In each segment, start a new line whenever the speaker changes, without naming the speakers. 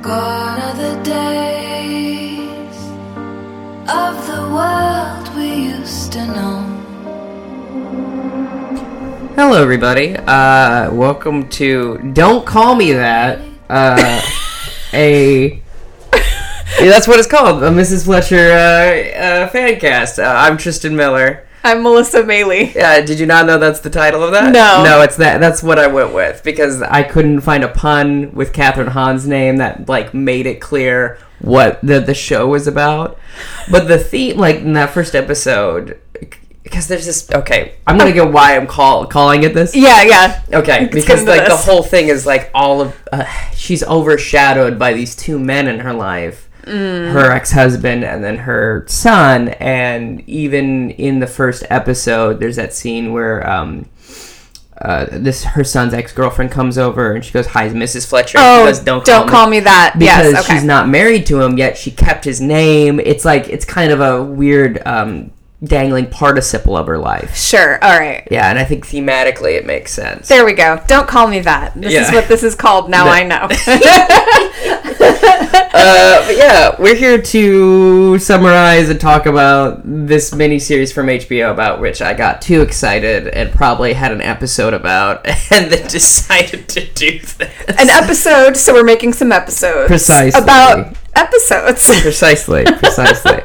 Gone are the days of the world we used to know.
Hello, everybody. Uh, welcome to "Don't Call Me That." Uh, a yeah, that's what it's called, a Mrs. Fletcher uh, uh, fan cast. Uh, I'm Tristan Miller.
I'm Melissa Maley.
Uh, did you not know that's the title of that?
No.
no, it's that. That's what I went with because I couldn't find a pun with Catherine Hahn's name that like made it clear what the the show was about. But the theme, like in that first episode. Because there's this okay. I'm gonna get why I'm call calling it this.
Yeah, yeah.
Okay,
come
because
to
like the
this.
whole thing is like all of uh, she's overshadowed by these two men in her life,
Mm.
her ex-husband and then her son. And even in the first episode, there's that scene where um, uh, this her son's ex-girlfriend comes over and she goes, "Hi, Mrs. Fletcher."
Oh,
she
don't
goes,
call, me. that.
because
yes, okay.
she's not married to him yet. She kept his name. It's like it's kind of a weird um, dangling participle of her life.
sure. All right.
Yeah, and I think thematically it makes sense.
There we go. Don't call me that. This is
Yeah.
what this is called. Now I know.
Uh, but yeah, we're here to summarize and talk about this miniseries from HBO about which I got too excited and probably had an episode about and then decided to do this.
An episode, so we're making some episodes.
Precisely.
About episodes.
Precisely, precisely.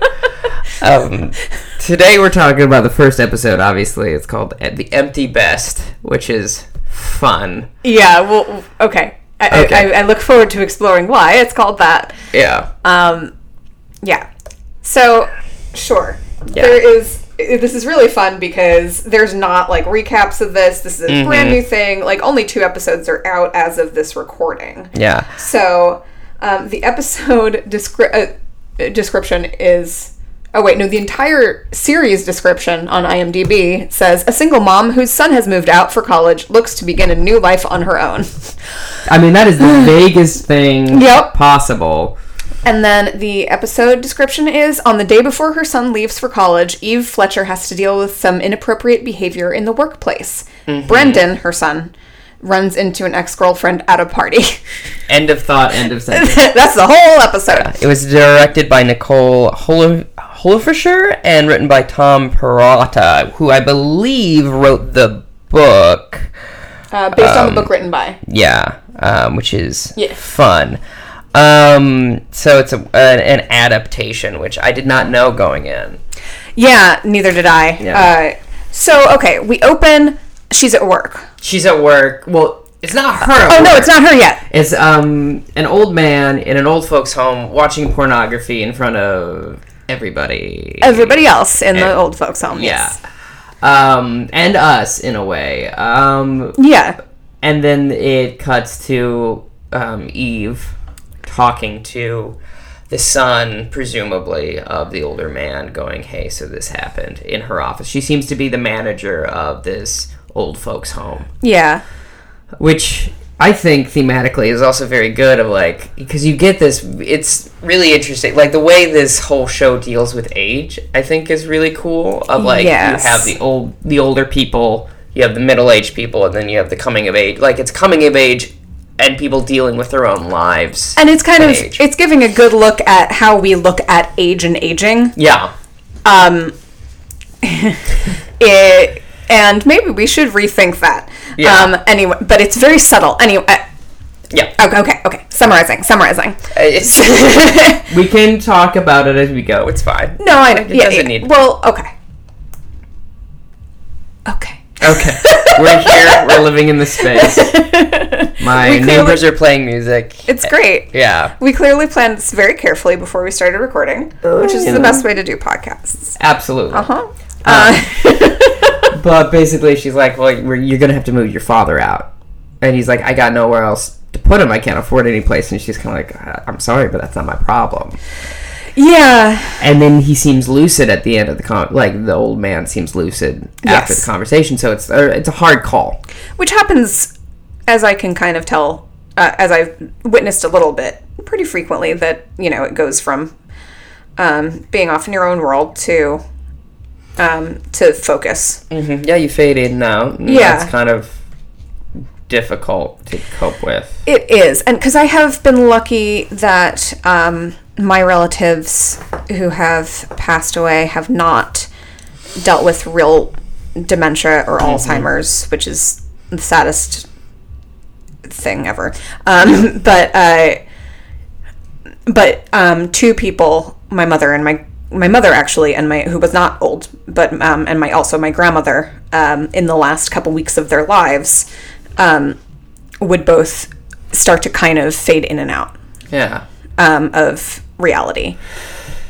um, today we're talking about the first episode, obviously. It's called E-, The Empty Best, which is fun.
yeah, well, okay. I,
Okay.
I, I look forward to exploring why it's called that.
Yeah.
Um, yeah. So, sure.
Yeah.
There is. i- This is really fun because there's not like recaps of this. This is a
Mm-hmm.
brand new thing. Like only two episodes are out as of this recording.
yeah.
So, um, the episode descri- uh, description is. Oh, wait, no, the entire series description on IMDb says a single mom whose son has moved out for college looks to begin a new life on her own.
I mean, that is the vaguest thing
Yep.
possible.
And then the episode description is on the day before her son leaves for college, Eve Fletcher has to deal with some inappropriate behavior in the workplace.
Mm-hmm.
Brendan, her son, runs into an ex girlfriend at a party.
End of thought, end of sentence.
That's the whole episode.
It was directed by Nicole Holo- Holofisher and written by Tom Perrotta, who I believe wrote the book.
Uh, based on the
Um,
book written by.
Yeah, um, which is
Yeah.
fun. Um, so it's a, an, an adaptation, which I did not know going in.
Yeah, neither did I.
Yeah.
Uh, so, okay, we open. She's at work.
She's at work. Well, it's not her.
Oh, no, it's not her yet.
It's um an old man in an old folks' home watching pornography in front of everybody.
Everybody else in the old folks' home.
Yeah.
yes.
Um, and us in a way. Um,
Yeah.
and then it cuts to um, Eve talking to the son, presumably of the older man, going, "Hey, so this happened in her office." She seems to be the manager of this old folks' home,
Yeah.
which I think thematically is also very good. Of like, because you get this, it's really interesting. Like the way this whole show deals with age, I think is really cool. Of like,
Yes.
you have the old, the older people. You have the middle-aged people, and then you have the coming of age. Like it's coming of age, and people dealing with their own lives.
And it's kind of
Age.
it's giving a good look at how we look at age and aging.
yeah,
um, it, and maybe we should rethink that.
Yeah.
Um, anyway, but it's very subtle. Anyway, uh,
yeah.
okay, okay, okay. Summarizing, summarizing.
It's, we can talk about it as we go. It's fine.
No, I know.
It
yeah,
doesn't
yeah.
need-
Well, okay, okay.
Okay, we're here. We're living in the space. My
We clearly-
neighbors are playing music.
It's great.
yeah,
We clearly planned this very carefully before we started recording, which is
yeah.
the best way to do podcasts.
absolutely.
Huh? Uh,
Uh, But basically, she's like, "Well, you're you're gonna have to move your father out," and he's like, "I got nowhere else to put him. I can't afford any place." And she's kind of like, "I- "I'm sorry, but that's not my problem."
yeah.
And then he seems lucid at the end of the con. Like the old man seems lucid after
Yes.
the conversation. So it's uh, it's a hard call.
Which happens, as I can kind of tell, uh, as I've witnessed a little bit, pretty frequently that, you know, it goes from um, being off in your own world to um, to focus.
Mm-hmm. Yeah, you fade in now.
Yeah.
that's kind of difficult to cope with.
It is. And because I have been lucky that um, my relatives who have passed away have not dealt with real dementia or Alzheimer's, which is the saddest thing ever. Um, but uh, but um, two people, my mother and my my mother actually, and my who was not old, but um, and my also my grandmother, um, in the last couple weeks of their lives, um, would both start to kind of fade in and out
Yeah.
um, of reality.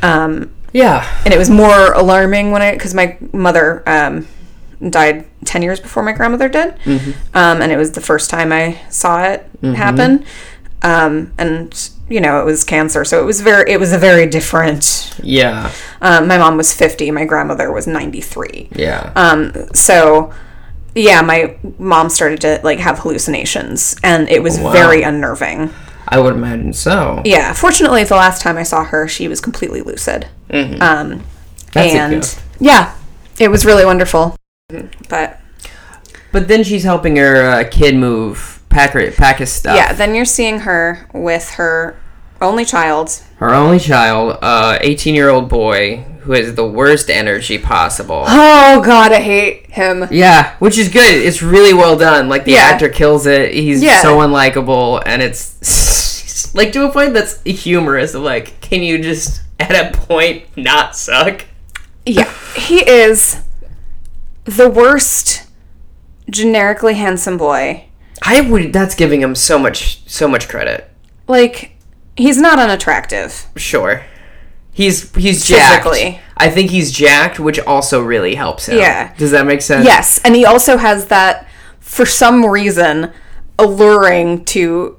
Um,
Yeah.
and it was more alarming when I because my mother um, died ten years before my grandmother did, um, and it was the first time I saw it happen. Um, and you know, it was cancer, so it was very it was a very different.
Yeah.
Um, my mom was fifty, my grandmother was ninety three.
Yeah.
Um, so yeah, my mom started to like have hallucinations, and it was
Wow.
very unnerving.
I would imagine so.
Yeah, fortunately, the last time I saw her, she was completely lucid. Um,
That's a
and
gift.
yeah, it was really wonderful. Mm-hmm. But
But then she's helping her uh, kid move, pack her, pack his stuff.
yeah, then you're seeing her with her only child.
Her only child, uh, 18 year old boy who has the worst energy possible.
Oh God, I hate him.
Yeah, which is good. It's really well done. Like the
Yeah.
actor kills it. He's
Yeah.
so unlikable, and it's like to a point that's humorous. Of like, can you just at a point not suck?
Yeah, he is the worst generically handsome boy.
I would. That's giving him so much, so much credit.
Like he's not unattractive.
Sure, he's he's jacked.
Physically.
I think he's jacked, which also really helps him.
Yeah.
Does that make sense?
Yes, and he also has that for some reason alluring to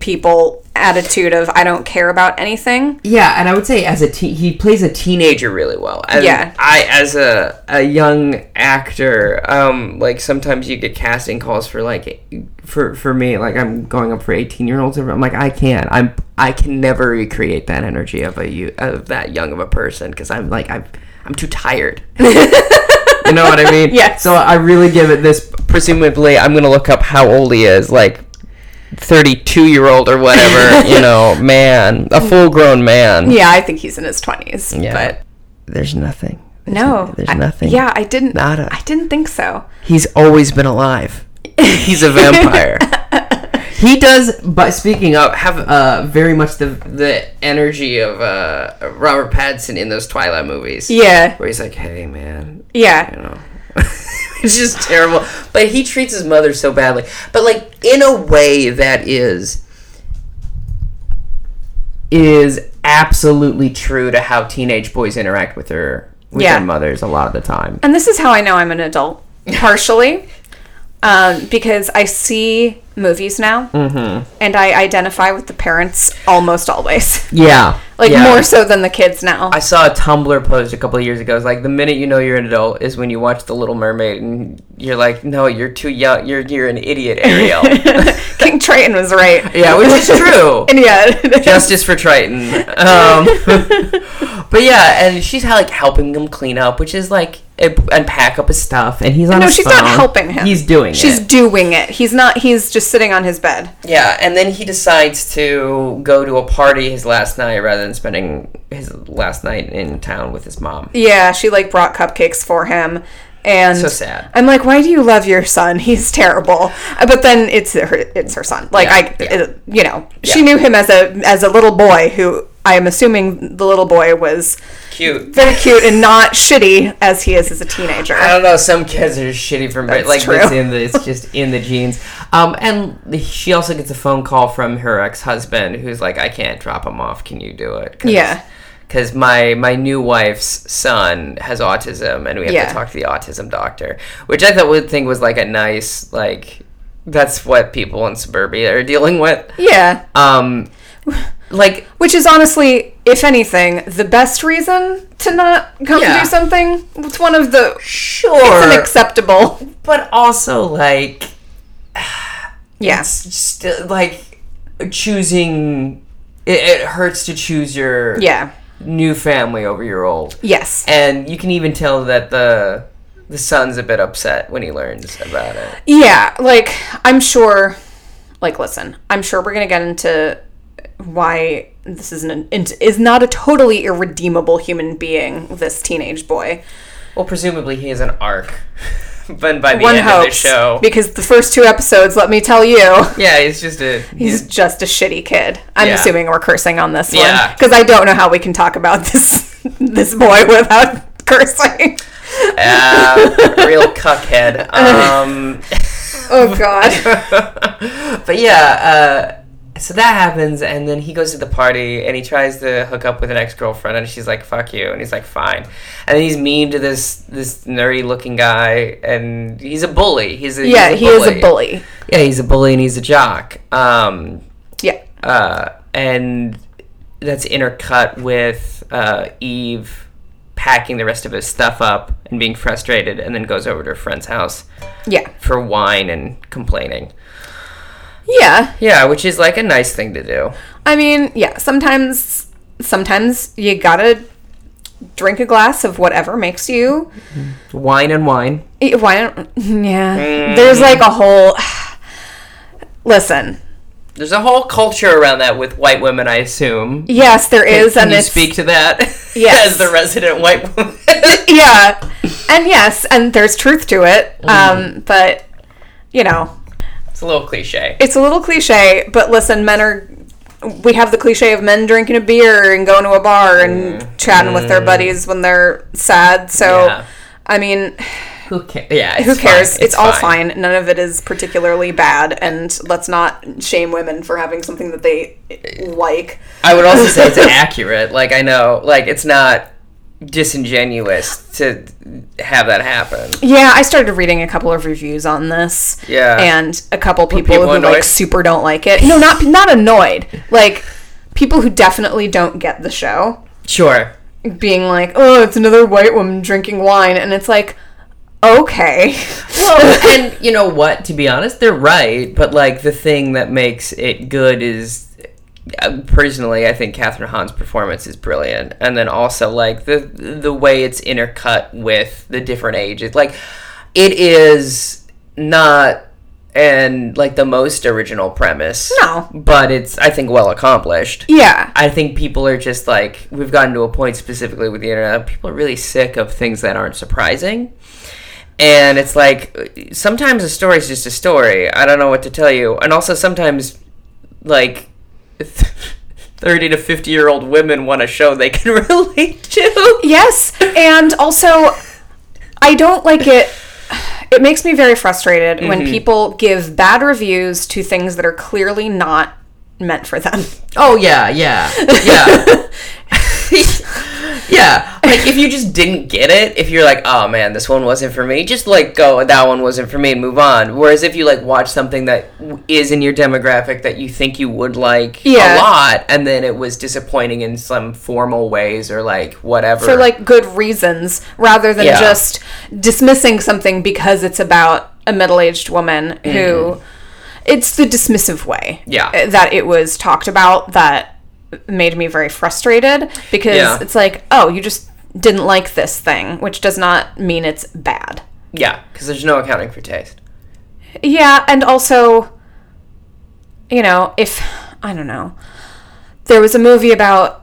people attitude of I don't care about anything.
Yeah, and I would say as a te- he plays a teenager really well. And
Yeah.
I as a a young actor, um, like sometimes you get casting calls for like for for me, like I'm going up for eighteen year olds. and I'm like I can't. I'm I can never recreate that energy of a you of that young of a person because I'm like I'm I'm too tired. you know what I mean?
Yes.
So I really give it this. Presumably, I'm gonna look up how old he is. Like 32 year old or whatever, you know, man, a full grown man.
Yeah, I think he's in his twenties. But
there's nothing. There's
no,
there's
I-
nothing.
yeah, I didn't.
Nada.
I didn't think so.
He's always been alive. He's a vampire. he does, but speaking of, have uh, very much the the energy of uh, Robert Pattinson in those Twilight movies.
Yeah,
Where he's like, hey, man, you
yeah,
know. it's just terrible. But he treats his mother so badly. But like in a way that is is absolutely true to how teenage boys interact with their with
Yeah.
their mothers a lot of the time.
and this is how I know I'm an adult, partially, um, because I see movies now, and I identify with the parents almost always,
Yeah.
like
yeah.
more so than the kids now.
I saw a Tumblr post a couple of years ago. It's like the minute you know you're an adult is when you watch The Little Mermaid and you're like, no, you're too young. You're you're an idiot, Ariel.
King Triton was right.
yeah, which is true.
and yeah,
justice for Triton. Um, but yeah, and she's like helping him clean up, which is like and and pack up his stuff, and he's on.
no,
his
she's not
phone.
helping him.
He's doing
She's
it.
doing it. He's not. He's just sitting on his bed.
Yeah, and then he decides to go to a party his last night rather than spending his last night in town with his mom.
Yeah, she like brought cupcakes for him. And
So sad.
I'm like, why do you love your son? He's terrible. Uh, But then it's her, it's her son. Like
Yeah,
I,
yeah.
it- you know, she
Yeah.
knew him as a as a little boy who I am assuming the little boy was
Cute.
very cute and not shitty as he is as a teenager.
I don't know. Some kids are shitty from birth. Like
true.
it's in the, it's just in the genes. Um, and she also gets a phone call from her ex husband, who's like, "I can't drop him off. Can you do it?" 'Cause-
Yeah.
Because my my new wife's son has autism, and we have
Yeah.
to talk to the autism doctor, which I thought would think was like a nice like that's what people in suburbia are dealing with.
Yeah,
Um, like
which is honestly, if anything, the best reason to not come
Yeah.
do something. It's one of the
sure,
it's unacceptable.
but also like
Yes.
still like choosing it, it hurts to choose your
Yeah.
new family over your old
Yes.
and you can even tell that the the son's a bit upset when he learns about it.
Yeah, like I'm sure. Like, listen, I'm sure we're gonna get into why this isn't an, it is not a totally irredeemable human being. This teenage boy.
Well, presumably he has an arc, but by the
One
end of the
hopes
show,
because the first two episodes, let me tell you,
yeah, it's just a
he's just a shitty kid. I'm
Yeah.
assuming we're cursing on this
Yeah.
one because I don't know how we can talk about this this boy without cursing.
uh, real cuckhead. Um,
Oh God.
but yeah, uh, so that happens, and then he goes to the party and he tries to hook up with an ex girlfriend, and she's like, "Fuck you," and he's like, "Fine," and then he's mean to this this nerdy looking guy, and he's a bully. He's a,
yeah,
he's
he is a bully.
Yeah, he's a bully and he's a jock. Um,
Yeah.
uh, and that's intercut with uh, Eve packing the rest of his stuff up and being frustrated, and then goes over to her friend's house
Yeah.
for wine and complaining.
Yeah.
Yeah, which is like a nice thing to do.
I mean, yeah, sometimes sometimes you gotta drink a glass of whatever makes you
Wine and wine.
Eh, why don't yeah
Mm.
there's like a whole listen
There's a whole culture around that with white women, I assume.
yes there is
Can
and
you
it's
speak to that
Yes.
as the resident white woman?
yeah and yes and there's truth to it
Mm.
um but you know
it's a little cliche.
it's a little cliche but listen men are we have the cliche of men drinking a beer and going to a bar and chatting with their buddies when they're sad so
Mm. Yeah.
i mean
Who cares? Yeah, it's
Who cares?
fine.
It's, all fine. None of it is particularly bad, and let's not shame women for having something that they like.
I would also say it's accurate. Like I know, like it's not disingenuous to have that happen.
Yeah, I started reading a couple of reviews on this.
Yeah.
and a couple people,
people
who
annoyed?
like super don't like it. No, not not annoyed. Like people who definitely don't get the show
Sure.
being like, "Oh, it's another white woman drinking wine," and it's like, okay,
and you know what? To be honest, they're right. But like the thing that makes it good is, uh, personally, I think Catherine Hahn's performance is brilliant, and then also like the the way it's intercut with the different ages. Like it is not and like the most original premise.
No.
but it's I think well accomplished.
yeah,
I think people are just like we've gotten to a point specifically with the internet. People are really sick of things that aren't surprising, and it's like sometimes a story is just a story. I don't know what to tell you, and also sometimes like thirty to fifty year old women want a show they can relate to.
Yes, and also, I don't like it. It makes me very frustrated
Mm-hmm.
when people give bad reviews to things that are clearly not meant for them.
Oh yeah, yeah, yeah. Yeah, like if you just didn't get it, if you're like, oh man, this one wasn't for me, just like go, that one wasn't for me, and move on. Whereas if you like watch something that w- is in your demographic that you think you would like a
Yeah.
lot, and then it was disappointing in some formal ways or like whatever.
For like good reasons, rather than
Yeah.
just dismissing something because it's about a middle aged woman who. It's the dismissive way
Mm-hmm. Yeah.
uh, that it was talked about that made me very frustrated because
Yeah.
it's like, oh, you just didn't like this thing, which does not mean it's bad.
yeah, because there's no accounting for taste.
Yeah, and also, you know, if I don't know, there was a movie about.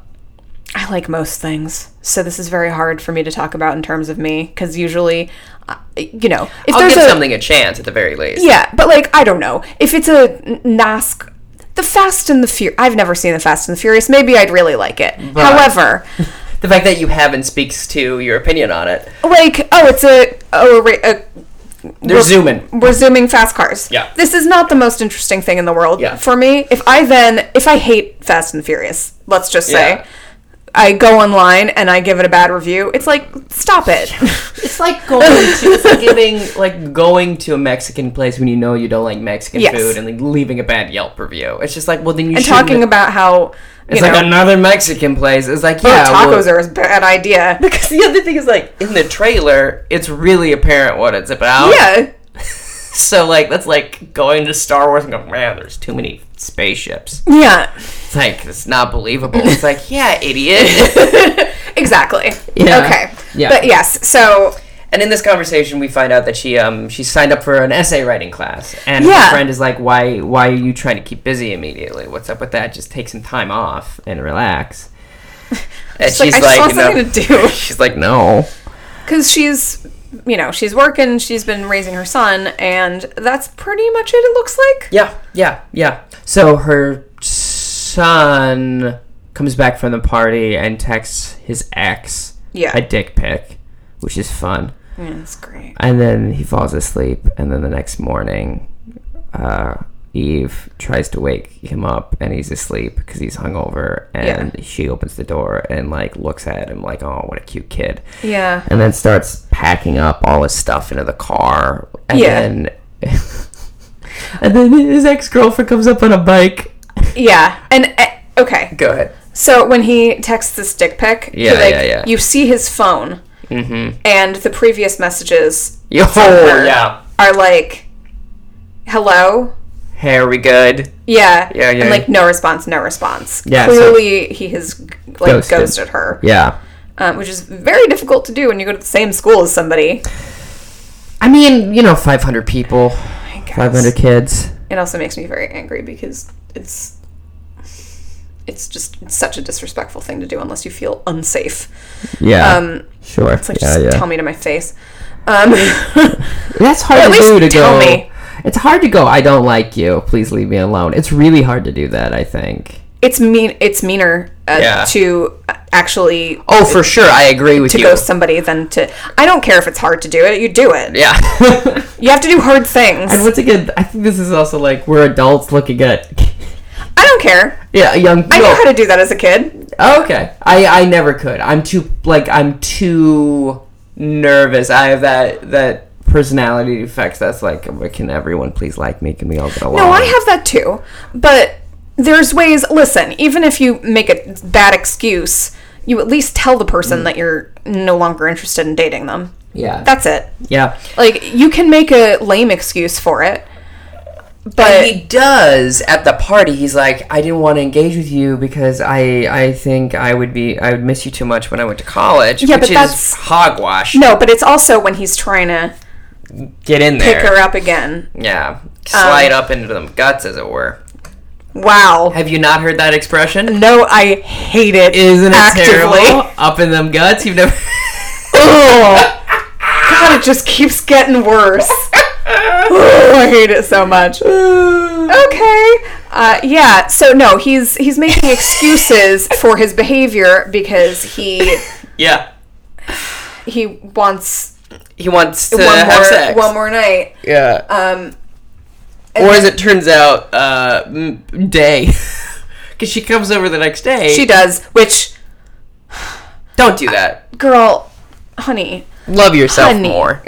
I like most things, so this is very hard for me to talk about in terms of me because usually, uh, you know, if
I'll
there's
give
a
something a chance at the very least.
yeah, but like I don't know if it's a n- Nask, the Fast and the Furious. I've never seen the Fast and the Furious. Maybe I'd really like it. However,
The fact that you haven't speaks to your opinion on it.
like oh, it's a oh a, ra- a
They're zooming.
we're zooming fast cars.
Yeah.
This is not the most interesting thing in the world
Yeah.
for me. If I then, if I hate Fast and Furious, let's just say,
Yeah.
I go online and I give it a bad review, it's like, stop it.
It's like going to it's like giving like going to a Mexican place when you know you don't like Mexican
Yes.
food and like leaving a bad Yelp review. It's just like well then you
and
shouldn't
talking
have-
about how, you
it's
know, Oh,
like another Mexican place. It's like yeah
tacos
well-
are a bad idea.
because the other thing is like in the trailer it's really apparent what it's about.
yeah.
So like that's like going to Star Wars and going man there's too many spaceships.
Yeah.
It's like it's not believable. It's like yeah idiot.
Exactly.
Yeah.
Okay.
Yeah.
But yes, so
And in this conversation, we find out that she um she signed up for an essay writing class, and
Yeah.
her friend is like, "Why why are you trying to keep busy immediately? What's up with that? Just take some time off and relax." And
She's like, "I just want something to do."
She's like, "No."
because she's you know she's working she's been raising her son and that's pretty much it it looks like
Yeah, yeah, yeah. So her son comes back from the party and texts his ex
Yeah.
a dick pic, which is fun.
yeah that's great
And then he falls asleep, and then the next morning, uh, Eve tries to wake him up, and he's asleep because he's hungover. And she opens the door and like looks at him like, "Oh, what a cute kid,"
yeah
and then starts packing up all his stuff into the car. And
Yeah.
Then, and then his ex girlfriend comes up on a bike.
yeah and eh, okay
Go ahead.
so when he texts this dick pic
Yeah,
like,
yeah, yeah.
you see his phone and the previous messages
Mm-hmm. Yo, oh,
her
yeah.
are like hello
Hey, are we good?
yeah
Yeah, yeah.
and like no response no response
Yeah, so-
clearly he has like
Ghosted.
ghosted, her
Yeah.
um, which is very difficult to do when you go to the same school as somebody
I mean, you know, 500 people, 500 kids.
it also makes me very angry because it's it's just such a disrespectful thing to do unless you feel unsafe.
Yeah.
Um,
sure.
It's like
yeah,
just
yeah.
tell me to my face. Um,
That's hard
At
to do
least
to
tell
go.
me.
It's hard to go. I don't like you. Please leave me alone. It's really hard to do that. I think.
it's mean. It's meaner uh,
Yeah.
to actually
Oh, for sure. I agree with
to ghost somebody than to. I don't care if it's hard to do it. You do it.
Yeah.
You have to do hard things.
And
I,
once again, I think this is also like we're adults looking at
don't care.
yeah, young people.
I know how to do that as a kid.
okay, I I never could. I'm too like I'm too nervous. I have that that personality defects. That's like can everyone please like me? Can we all get along?
No, Oh, I have that too. But there's ways. Listen, even if you make a bad excuse, you at least tell the person
Mm.
that you're no longer interested in dating them.
yeah.
That's it.
yeah.
Like you can make a lame excuse for it, but
And he does at the party. He's like, I didn't want to engage with you because I I think I would be I would miss you too much when I went to college.
Yeah,
which
but
is
that's-
hogwash.
no. But it's also when he's trying to
Get in
pick
there.
her up again.
Yeah.
Um,
Slide up into them guts, as it were.
Wow.
Have you not heard that expression?
No, I hate it.
Isn't it
actively.
terrible? Up in them guts? You've never.
Ugh. God, it just keeps getting worse. Ugh, I hate it so much. okay. Uh, yeah. So no, he's he's making excuses for his behavior because he
yeah.
he wants
He wants to
one
have
more
sex.
one more night.
Yeah.
Um,
or as it turns out, uh, m- day. Because she comes over the next day.
she does. Which
Don't do that.
girl, honey,
Love yourself
Honey.
more.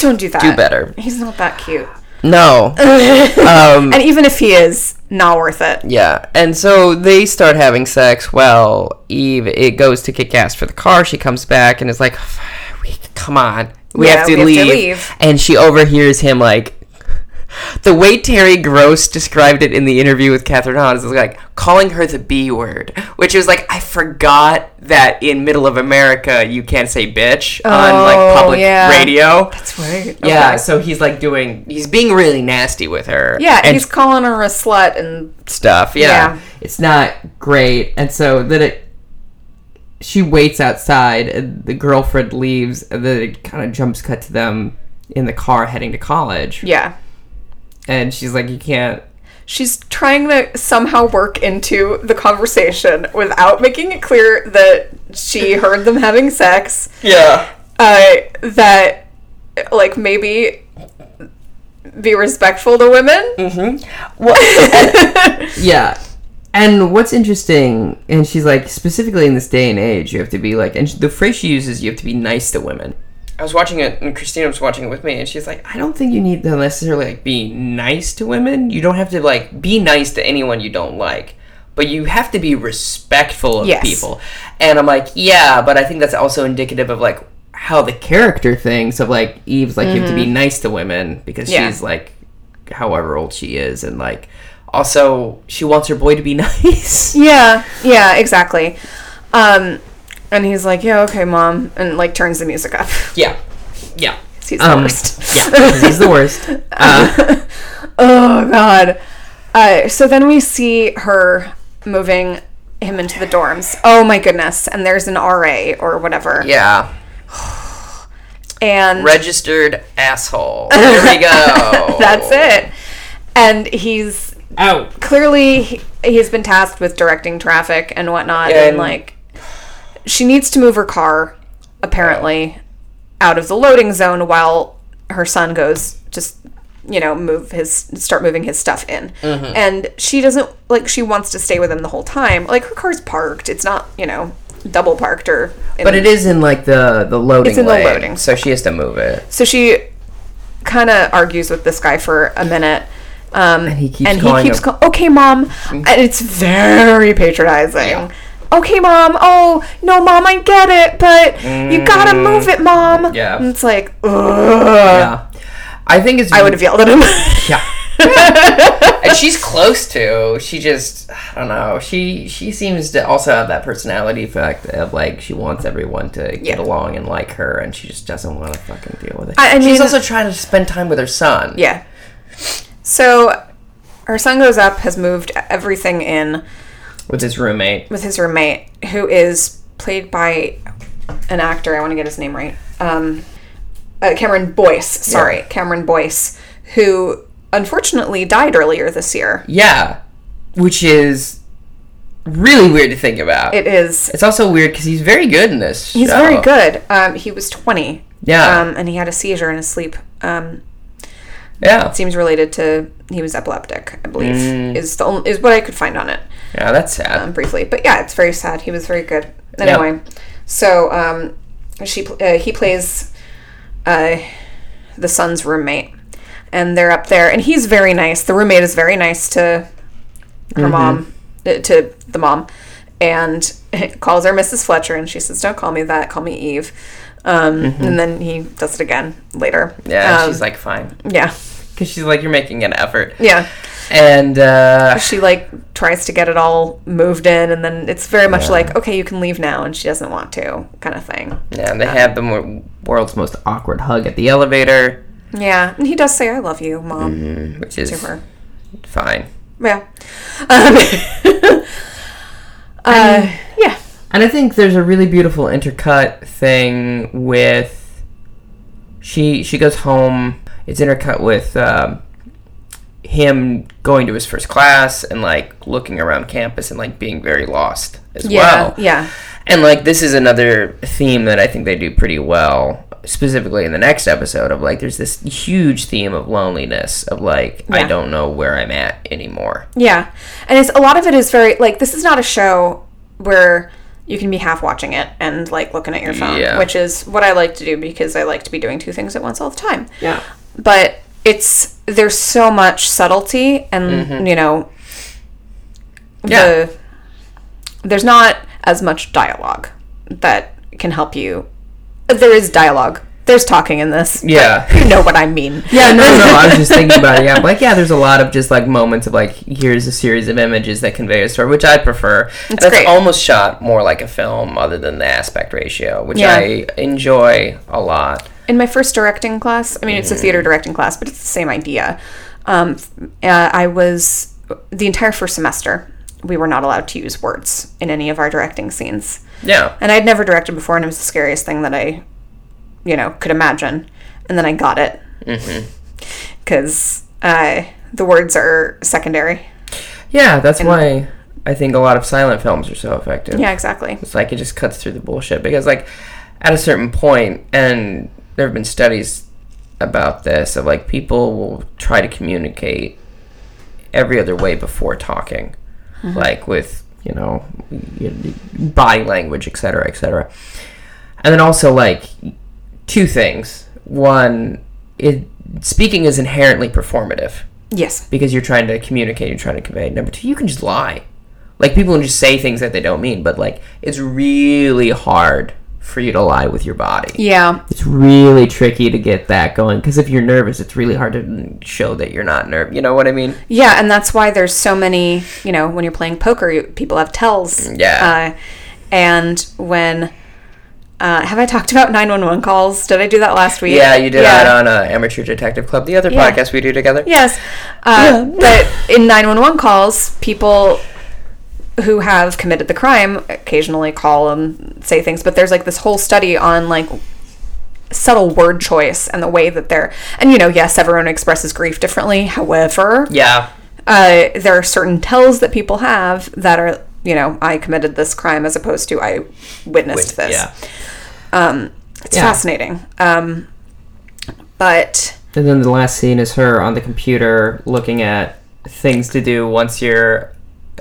don't do that.
Do better.
He's not that cute.
No. um.
And even if he is, not worth it.
Yeah, and so they start having sex. Well, Eve it goes to get gas for the car. She comes back and is like, "We come on, we,
Yeah,
have, to
we
leave.
have to leave.
And she overhears him like. The way Terry Gross described it in the interview with Catherine Hahn is like calling her the B word, which is like I forgot that in middle of America you can't say bitch on
Oh,
like public
yeah.
radio.
That's weird.
Yeah, so he's like doing he's being really nasty with her.
Yeah,
and
he's calling her a slut and
stuff. Yeah.
Yeah.
It's not great. And so then it she waits outside and the girlfriend leaves and then it kind of jumps cut to them in the car heading to college.
yeah.
And she's like, You can't
She's trying to somehow work into the conversation without making it clear that she heard them having sex.
Yeah.
Uh, that, like, maybe be respectful to women.
Mm-hmm.
Yeah. And what's interesting, and she's like, specifically in this day and age, you have to be like, and the phrase she uses, you have to be nice to women. I was watching it, and Christina was watching it with me, and she's like, I don't think you need to necessarily like be nice to women. You don't have to like be nice to anyone you don't like, but you have to be respectful of
Yes.
people. And I'm like, yeah, but I think that's also indicative of like how the character thinks of like Eve's like you have to be nice to women because
Mm-hmm. Yeah.
she's like however old she is and like also she wants her boy to be nice.
Yeah, yeah, exactly. Um, and he's like, yeah, okay, mom, and like turns the music up.
yeah.
Yeah.
He's the
Um,
worst.
yeah, 'cause he's the worst. Uh,
Oh God. Uh, so then we see her moving him into the dorms. Oh my goodness! And there's an RA or whatever.
Yeah.
And
Registered asshole. There we go.
that's it. And he's
oh,
clearly he, he's been tasked with directing traffic and whatnot
Yeah,
and,
and-
like she needs to move her car apparently out of the loading zone while her son goes just you know move his start moving his stuff in
Mm-hmm.
and she doesn't like she wants to stay with him the whole time like her car's parked it's not you know double parked or in-
but it is in like the the loading.
It's in the
lane,
loading.
so she has to move it.
so she kind of argues with this guy for a minute um, and
he keeps calling him- Mm-hmm.
call- okay mom and it's very patronizing okay mom oh no mom i get it but you gotta move it mom
Yeah.
and it's like ugh.
Mm. Yeah, I think it's.
i would have yelled at him
Yeah.
And she's close to. She just I don't know. She she seems to also have that personality effect of like she wants everyone to get
Yeah.
along and like her and she just doesn't want to fucking deal with it.
I- I
she's
mean-
also trying to spend time with her son.
yeah so her son goes up has moved everything in
With his roommate.
with his roommate, who is played by an actor. I want to get his name right. Um, uh, Cameron Boyce. Sorry, Cameron Boyce, who unfortunately died earlier this year.
Yeah. Which is really weird to think about.
It is.
it's also weird because he's very good in this.
He's
show.
very good. Um, he was 20.
Yeah.
Um, and he had a seizure in his sleep. Um,
yeah.
seems related to he was epileptic, I believe. Is the only, is what I could find on it.
Yeah, that's sad.
um, briefly. But yeah, it's very sad. He was very good.
Yeah.
Anyway, so um, she pl- uh, he plays uh, the son's roommate, and they're up there, and he's very nice. The roommate is very nice to her
Mm-hmm.
mom, uh, to the mom, and calls her Mrs. Fletcher, and she says, "Don't call me that. Call me Eve." Um, And then he does it again later.
Mm-hmm. yeah,
Um,
she's like fine
yeah,
because she's like you're making an effort.
yeah.
And uh,
she like tries to get it all moved in and then it's very much like okay you can leave now and she doesn't want to kind of thing
yeah, they have the mo- world's most awkward hug at the elevator,
yeah and he does say i love you mom
which is
to her
fine.
yeah um, uh, yeah
And I think there's a really beautiful intercut thing with she she goes home. It's intercut with um, him going to his first class and like looking around campus and like being very lost as
yeah
well.
yeah
And like this is another theme that I think they do pretty well, specifically in the next episode of like there's this huge theme of loneliness of like I
Yeah.
don't know where I'm at anymore.
yeah and it's a lot of it is very like this is not a show where you can be half watching it and like looking at your phone
Yeah.
which is what i like to do because i like to be doing two things at once all the time
Yeah.
but it's there's so much subtlety and you know
Mm-hmm. Yeah.
the there's not as much dialogue that can help you there is dialogue there's talking in this
Yeah.
you know what i mean
Yeah, no, no. I was just thinking about it. Yeah, I'm like yeah, there's a lot of just like moments of like here's a series of images that convey a story, which I prefer. It's
great.
almost shot more like a film, other than the aspect ratio, which
Yeah.
I enjoy a lot.
in my first directing class i mean it's a theater directing class but it's the same idea um, uh, i was the entire first semester we were not allowed to use words in any of our directing scenes
Yeah,
and I'd never directed before, and it was the scariest thing that I, you know, could imagine. And then I got it because mm uh, the words are secondary.
yeah. That's why I think a lot of silent films are so effective.
Yeah, exactly.
It's like it just cuts through the bullshit because like at a certain point and there have been studies about this of like people will try to communicate every other way before talking like with you know y- y- body language etc etc and then also like two things one it speaking is inherently performative
Yes.
because you're trying to communicate, you're trying to convey. Number two, you can just lie. Like people can just say things that they don't mean, but like it's really hard for you to lie with your body.
Yeah.
It's really tricky to get that going because if you're nervous, it's really hard to show that you're not nervous. You know what I mean?
Yeah, and that's why there's so many, you know, when you're playing poker, you, people have tells.
Yeah.
Uh, and Uh, when Uh, have I talked about 911 calls? Did I do that last week?
Yeah, you did that on uh, Amateur Detective Club, the other
Yeah.
podcast we do together.
Yes. Uh, but in 911 calls, people who have committed the crime occasionally call and say things, but there's like this whole study on like subtle word choice and the way that they're and you know yes everyone expresses grief differently however
Yeah.
uh, there are certain tells that people have that are you know i committed this crime as opposed to i witnessed this
Yeah.
it's
Yeah.
fascinating um, but
And then the last scene is her on the computer looking at things to do once you're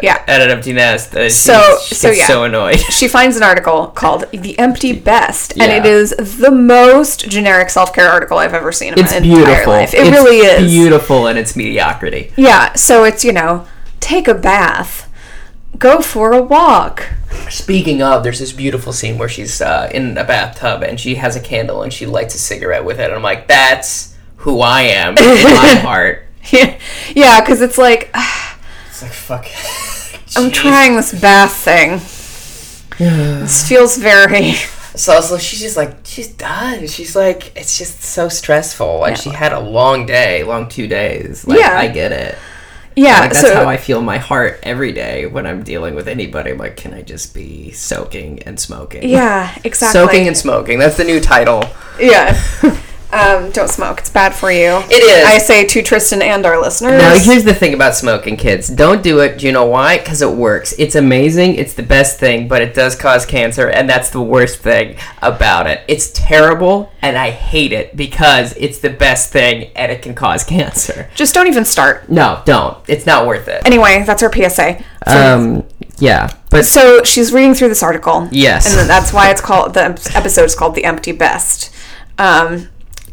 yeah
At an empty nest. uh, she-
So-
she
so
gets
yeah.
so annoyed.
she finds an article called "The Empty Best," and it
Yeah.
is the most generic self-care article I've ever seen in
It's
my entire
beautiful.
life. It
It's
really is.
beautiful in its mediocrity.
yeah, so it's you know, take a bath, go for a walk.
Speaking of, there's this beautiful scene where she's uh, in a bathtub and she has a candle and she lights a cigarette with it. And I'm like, that's who I am in my heart.
yeah, because it's like
It's like, fuck.
I'm trying this bath thing. this feels very.
So, so she's just like, she's done. She's like, it's just so stressful. And she had a long day, long two days. Like,
Yeah.
I get it.
Yeah,
Like, that's
so
how I feel in my heart every day when I'm dealing with anybody. I'm like, can I just be soaking and smoking?
yeah, exactly.
Soaking and smoking. That's the new title.
yeah. Um, don't smoke; it's bad for you.
It is.
I say to Tristan and our listeners.
Now, here's the thing about smoking, kids. Don't do it. Do you know why? Because it works. It's amazing. It's the best thing, but it does cause cancer, and that's the worst thing about it. It's terrible, and I hate it because it's the best thing, and it can cause cancer.
Just don't even start.
No, don't. It's not worth it.
Anyway, that's our PSA.
Um, yeah. But
So she's reading through this article.
Yes.
And that's why it's called the episode is called "The Empty Best." Um,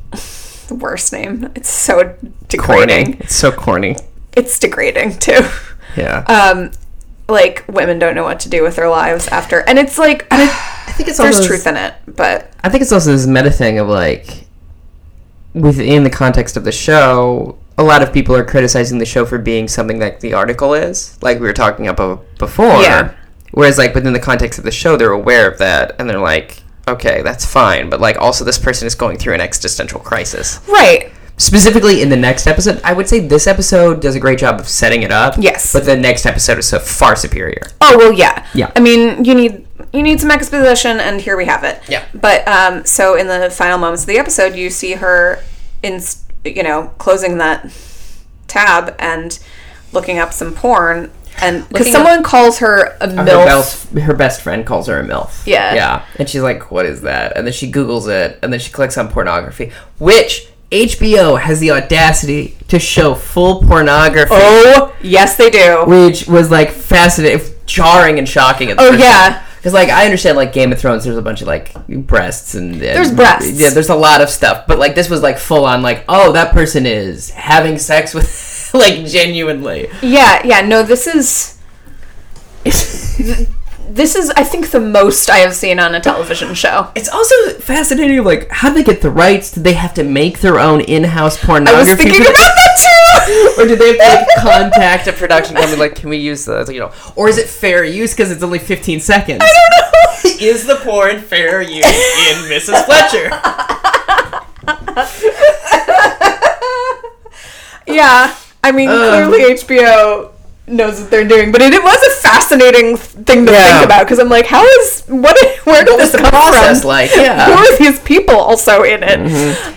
the worst name. It's so degrading.
Corny. It's so corny.
It's degrading too.
Yeah.
Um, like women don't know what to do with their lives after, and it's like
I think it's
there's truth in it, but
I think it's also this meta thing of like within the context of the show, a lot of people are criticizing the show for being something like the article is, like we were talking about before.
Yeah.
Whereas like within the context of the show, they're aware of that and they're like, okay, that's fine, but like also this person is going through an existential crisis.
right.
Specifically in the next episode, I would say this episode does a great job of setting it up.
Yes.
But the next episode is so far superior.
Oh well, yeah.
Yeah.
I mean, you need you need some exposition, and here we have it.
Yeah.
But um, so in the final moments of the episode, you see her in you know closing that tab and looking up some porn, and because
Looking
someone calls her a
her,
milf.
best, her best friend calls her a MILF.
Yeah.
Yeah. And she's like, what is that? And then she Googles it and then she clicks on pornography, which HBO has the audacity to show full pornography,
Oh yes, they do.
which was like fascinating, jarring, and shocking. At the
Oh, yeah.
Because like I understand like Game of Thrones, there's a bunch of like breasts and, and-
There's breasts.
Yeah, there's a lot of stuff, but like this was like full on like oh that person is having sex with like genuinely.
Yeah, yeah. No, this is this is I think the most I have seen on a television show.
It's also fascinating. Like, how do they get the rights? Did they have to make their own in-house
I
pornography?
was thinking
for
about
the-
that too.
or do they have to like, contact a production company like can we use this you know or is it fair use because it's only 15 seconds is the porn fair use in mrs fletcher
Yeah, I mean, clearly HBO knows what they're doing, but it, it was a fascinating thing to
Yeah.
think about because I'm like, how is what? Where did
what's
this
the
come
process
from?
like
Who
yeah Mm-hmm.
are these people also in it?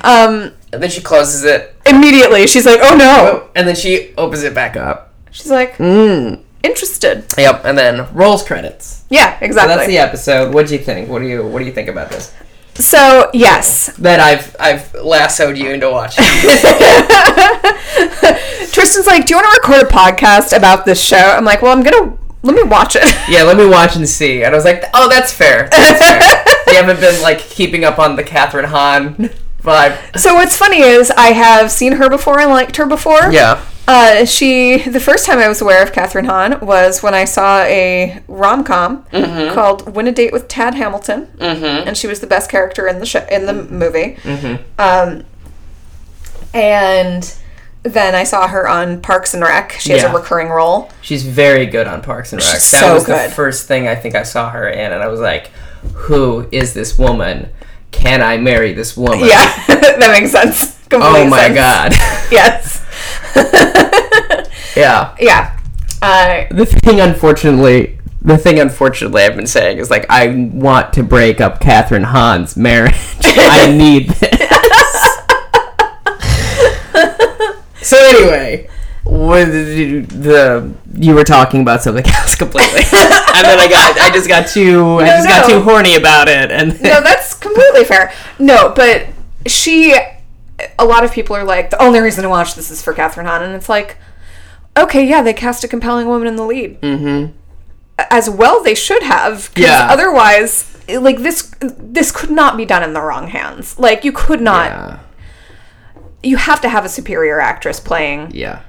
Um,
and then she closes it
immediately, she's like, oh no.
and then she opens it back up
She's like,
Mm.
interested.
yep and then rolls credits
Yeah,
so that's
exactly.
the episode what do you think what do you what do you think about this
so yes,
that i've i've lassoed you into watching
Tristan's like, do you want to record a podcast about this show? I'm like, well, I'm gonna let me watch it.
yeah let me watch and see and i was like oh that's fair that's fair they haven't been like keeping up on the catherine hahn vibe
So what's funny is I have seen her before and liked her before.
yeah
Uh, she the first time I was aware of Katherine Hahn was when I saw a rom com
Mm-hmm.
called "Win a Date with Tad Hamilton," mm-hmm. and she was the best
Mm-hmm.
character in the show, in the movie. Um, and Then I saw her on Parks and Rec. She has
Yeah.
a recurring role.
She's very good on Parks and Rec.
She's
that
so
was
good.
the first thing I think I saw her in, and I was like, "Who is this woman? Can I marry this woman?"
Yeah, that makes sense.
Oh
Completely
my
sense.
god.
Yes.
yeah.
Yeah. Uh,
The thing, unfortunately, the thing, unfortunately, I've been saying is like, I want to break up Catherine Hahn's marriage. I need this. so anyway, with the, the you were talking about something else completely, and then I got, I just got too, I just got
no.
too horny about it, and
no, that's completely fair. No, but she. A lot of people are like, the only reason to watch this is for Catherine Hahn, and it's like, okay, yeah, they cast a compelling woman in the lead. Mm-hmm. As well, they should have. 'cause
Yeah.
Otherwise, like this, this could not be done in the wrong hands. Like you could not.
yeah,
You have to have a superior actress playing.
yeah,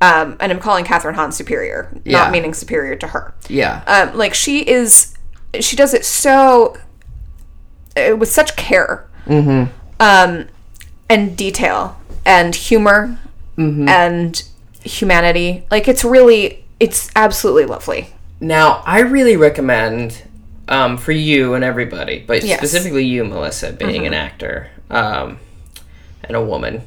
Um, and I'm calling Catherine Hahn superior,
Yeah.
not meaning superior to her.
yeah.
um, like she is she does it so uh, with such care
Mm-hmm.
um, and detail and humor
Mm-hmm.
and humanity like it's really it's absolutely lovely
Now, I really recommend um, for you and everybody, but
Yes.
specifically you, Melissa, being an actor um, and a woman.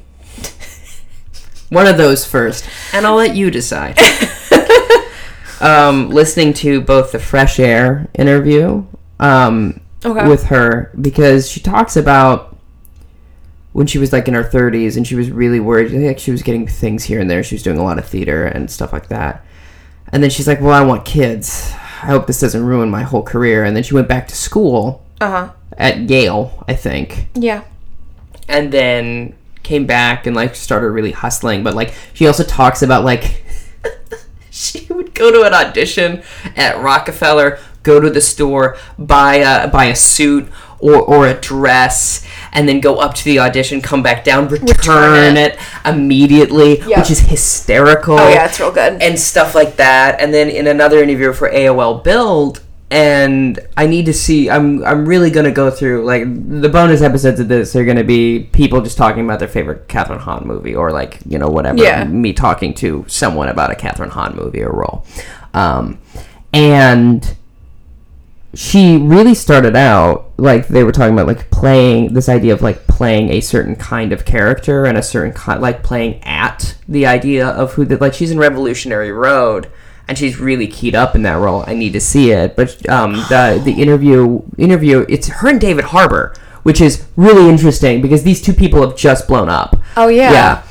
One of those first, and I'll let you decide. um, listening to both the Fresh Air interview um,
Okay.
with her because she talks about when she was like in her 30s and she was really worried. Like she was getting things here and there. She was doing a lot of theater and stuff like that. And then she's like, "Well, I want kids. I hope this doesn't ruin my whole career." And then she went back to school
uh-huh
at Yale, I think,
yeah
and then came back and like started really hustling. But like, she also talks about like she would go to an audition at Rockefeller, go to the store, buy a buy a suit or or a dress, and then go up to the audition, come back down, return,
Return
it. immediately,
Yeah.
which is hysterical
oh yeah it's real good
and stuff like that. And then in another interview for AOL Build, and I need to see. I'm I'm really gonna go through like the bonus episodes of this are gonna be people just talking about their favorite Catherine Hahn movie or like you know whatever.
Yeah.
Me talking to someone about a Catherine Hahn movie or role, um, and she really started out like they were talking about like playing this idea of like playing a certain kind of character and a certain kind like playing at the idea of who that like she's in Revolutionary Road and she's really keyed up in that role. I need to see it, but um, the the interview interview it's her and David Harbour, which is really interesting because these two people have just blown up.
Oh, yeah.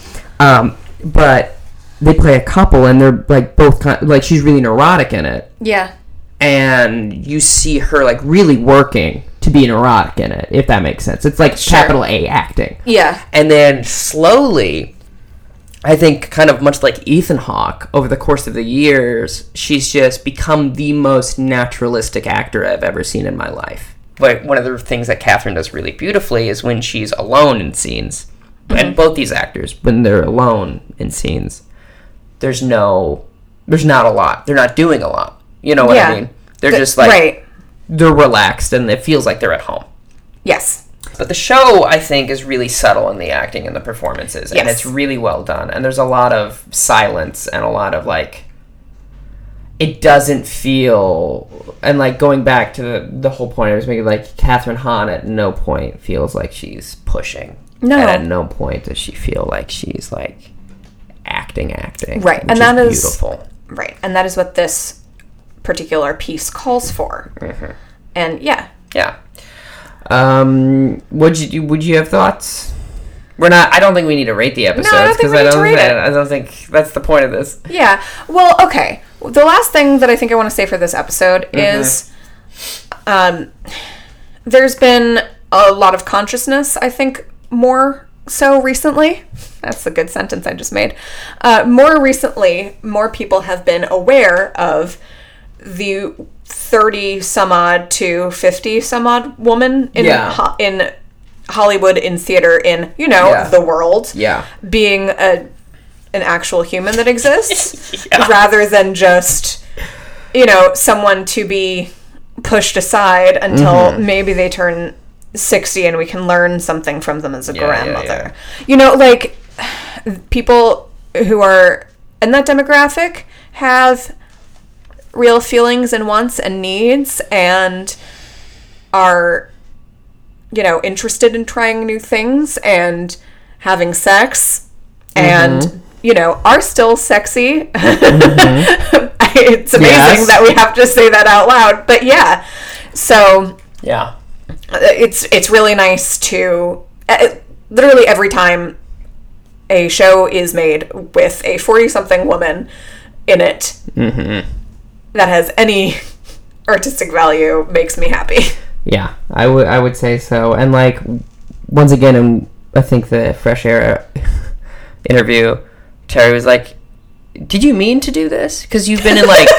yeah. Um, but they play a couple and they're like both kind like she's really neurotic in it
yeah
and you see her like really working to be neurotic in it, if that makes sense. It's like capital A acting.
yeah
And then slowly, I think, kind of much like Ethan Hawke, over the course of the years, she's just become the most naturalistic actor I've ever seen in my life. But one of the things that Catherine does really beautifully is when she's alone in scenes,
Mm-hmm.
and both these actors, when they're alone in scenes, there's no, there's not a lot. They're not doing a lot. You know what
Yeah.
I mean? They're
Th-
just like
right
they're relaxed, and it feels like they're at home.
yes
But the show, I think, is really subtle in the acting and the performances, and
Yes.
it's really well done. And there's a lot of silence and a lot of like, it doesn't feel and like going back to the, the whole point I was making, like Catherine Hahn at no point feels like she's pushing.
No.
and at no point does she feel like she's like acting, acting.
Right,
which
and that is-
beautiful.
right and that is what this particular piece calls for
Mm-hmm.
and yeah
Yeah. Um, would you would you have thoughts? We're not. I don't think we need to rate the episodes
think we need to rate it.
I don't think that's the point of this.
Yeah. Well, okay. The last thing that I think I want to say for this episode
Mm-hmm.
is um, there's been a lot of consciousness, I think, more so recently. That's a good sentence I just made. Uh, more recently, more people have been aware of the 30 some odd to 50 some odd woman in,
Yeah.
ho- in Hollywood, in theater, in, you know,
Yeah.
the world
Yeah.
being a an actual human that exists rather than just you know someone to be pushed aside until maybe they turn 60 and we can learn something from them as a
yeah,
grandmother you know like people who are in that demographic have real feelings and wants and needs and are you know interested in trying new things and having sex and you know are still sexy it's amazing
Yes.
that we have to say that out loud but yeah so uh,
Yeah.
it's it's really nice to uh, literally every time a show is made with a 40 something woman in it that has any artistic value makes me happy
Yeah, I would I would say so. And like once again, in, I think the fresh air
Interview. Terry was like, "Did you mean to do this? Because you've been in like."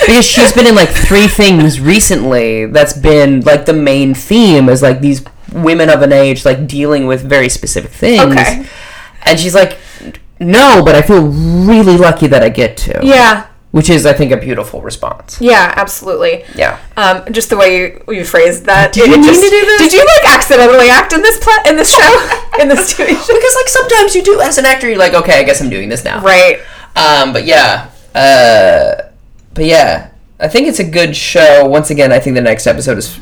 Because she's been in like three things recently that's been like the main theme is like these women of an age like dealing with very specific things.
Okay.
And she's like, no, but I feel really lucky that I get to.
yeah
Which is, I think, a beautiful response.
yeah absolutely
Yeah.
um, just the way you, you phrased that did
you mean to do this?
did you like accidentally act in this pla- in this show in this TV show
Because like sometimes you do as an actor, you're like, okay, I guess I'm doing this now.
right
Um, but yeah, uh, but yeah, I think it's a good show. Once again, I think the next episode is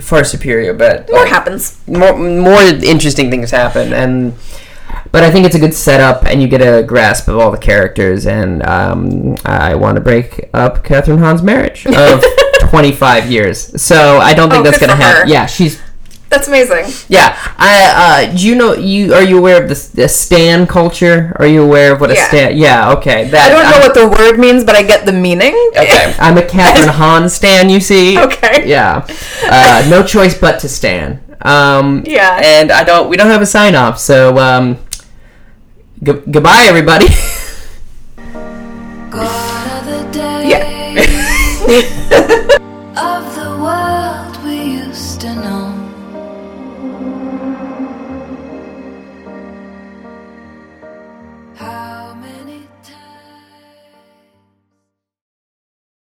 far superior, but
what
like,
happens
more more interesting things happen, and but I think it's a good setup, and you get a grasp of all the characters. And um, I want to break up Catherine Hahn's marriage of 25 years, so I don't think
Oh,
that's
good
gonna
for her.
happen. Yeah, she's
that's amazing
yeah, I uh, do you know you are you aware of the, the stan culture? Are you aware of what
Yeah.
a stan? Yeah, okay. That,
I don't know
I'm,
what the word means but I get the meaning
Okay, I'm a Catherine Hahn stan. You see?
Okay.
Yeah. Uh, no choice but to stan. Um,
Yeah.
And I don't. We don't have a sign off, so um, gu- goodbye, everybody.
Gone are the days
Yeah.